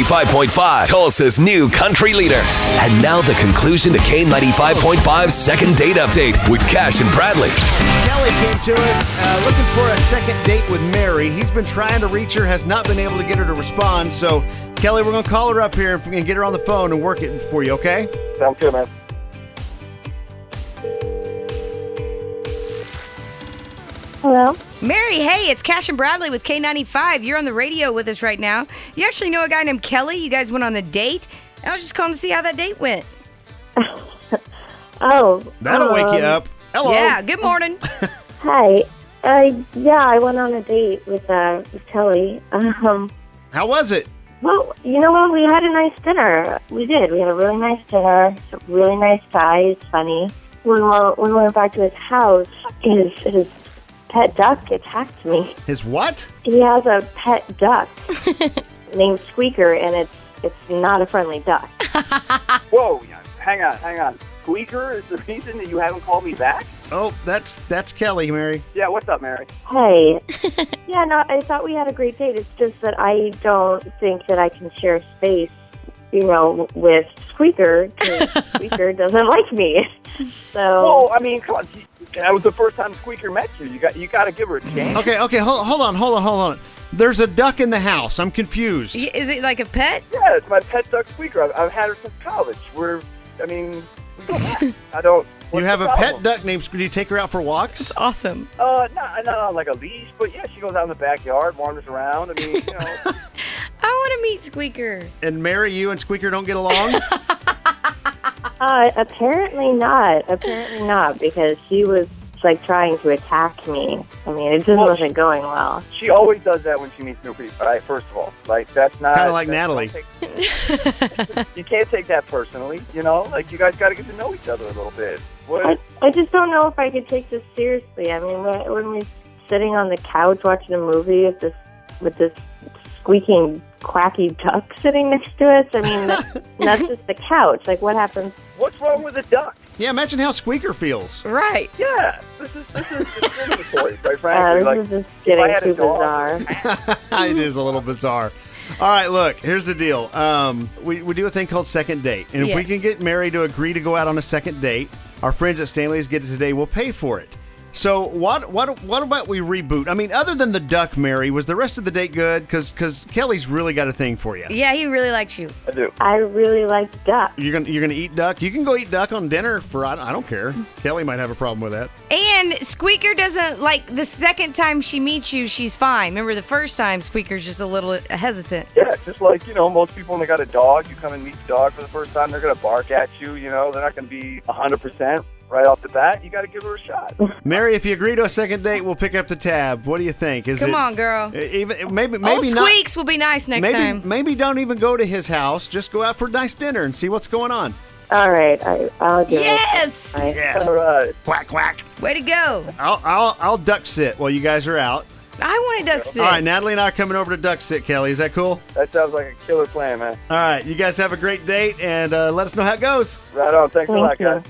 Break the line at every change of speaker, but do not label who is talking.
K95.5, Tulsa's new country leader. And now the conclusion to K95.5's second date update with Cash and Bradley.
Kelly came to us uh, looking for a second date with Mary. He's been trying to reach her, has not been able to get her to respond. So, Kelly, we're going to call her up here and get her on the phone and work it for you, okay?
Sounds good, man.
Hello.
Mary, hey, it's Cash and Bradley with K95. You're on the radio with us right now. You actually know a guy named Kelly. You guys went on a date. I was just calling to see how that date went.
Oh.
That'll wake you
um,
up. Hello.
Yeah, good morning.
Hi. Uh, yeah, I went on a date with uh, with Kelly. Um,
How was it?
well, you know what? We had a nice dinner. We did. We had a really nice dinner. Really nice guy. He's funny. When we, when we went back to his house, his his pet duck attacked me.
His what?
He has a pet duck named Squeaker, and it's it's not a friendly duck.
Whoa, yeah, hang on, hang on. Squeaker is the reason that you haven't called me back?
Oh, that's that's Kelly, Mary.
Yeah, what's up, Mary?
Hey. yeah, no, I thought we had a great date. It's just that I don't think that I can share space, you know, with Squeaker 'cause Squeaker doesn't like me. So,
Oh.
Well, I mean, come on. That was the first time Squeaker met you. You got you got to give her a chance.
Okay, okay, hold, hold on, hold on, hold on. There's a duck in the house. I'm confused.
Y- Is it like a pet?
Yeah, it's my pet duck Squeaker. I've, I've had her since college. We're, I mean, we go back. I don't.
You
what's
have
the
a pet
problem?
duck named Squeaky. Do you take her out for walks?
Awesome.
Uh, not, not on like a leash, but yeah, she goes out in the backyard, wanders around. I mean, you know,
I want to meet Squeaker.
And Mary, you and Squeaker don't get along?
uh, apparently not. Apparently not, because she was, like, trying to attack me. I mean, it just
Well,
wasn't going well.
she always does that when she meets new people. All right, first of all, like that's not
Kinda like
that's
Natalie.
not take- you can't take that personally, you know. Like you guys got to get to know each other a little bit.
I,
What?
I just don't know if I could take this seriously. I mean, when when we're sitting on the couch watching a movie with this with this squeaking, quacky duck sitting next to us, I mean, that's, that's just the couch. Like, what happens?
What's wrong with a duck?
yeah, imagine how Squeaker feels.
Right.
Yeah, this is this is discriminatory, quite
Uh,
frankly.
this
like,
is just
if I
getting
had
too
a dog,
bizarre.
it is a little bizarre. All right, look, here's the deal. Um, we, we do a thing called second date. And if we
Yes.
can get Mary to agree to go out on a second date, our friends at Stanley's Get It Today will pay for it. So what what what about we reboot? I mean, other than the duck, Mary, was the rest of the date good? Because Kelly's really got a thing for you.
Yeah, he really likes you.
I do.
I really like duck.
You're gonna you're gonna eat duck. You can go eat duck on dinner for I don't, I don't care. Kelly might have a problem with that.
And Squeaker doesn't like the second time she meets you, she's fine. Remember the first time, Squeaker's just a little hesitant.
Yeah, just like you know, most people when they got a dog, you come and meet the dog for the first time, they're gonna bark at you. You know, they're not gonna be hundred percent right off the bat. You got to give her a shot.
Mary, if you agree to a second date, we'll pick up the tab. What do you think? Is
Come
it, e,
on, girl. Oh,
Even maybe maybe
Old
not.
Squeaks will be nice next
maybe
time.
maybe don't even go to his house. Just go out for a nice dinner and see what's going on.
All right, I, I'll do
Yes!
it. All right.
Yes.
All right.
Way to go.
I'll I'll, I'll duck sit while you guys are out.
I want a duck sit.
All right, Natalie and I are coming over to duck sit. Kelly, is that cool?
That sounds like a killer plan, man.
All right, you guys have a great date and uh, let us know how it goes.
Right on. Thanks a lot,
Thank you.
guys.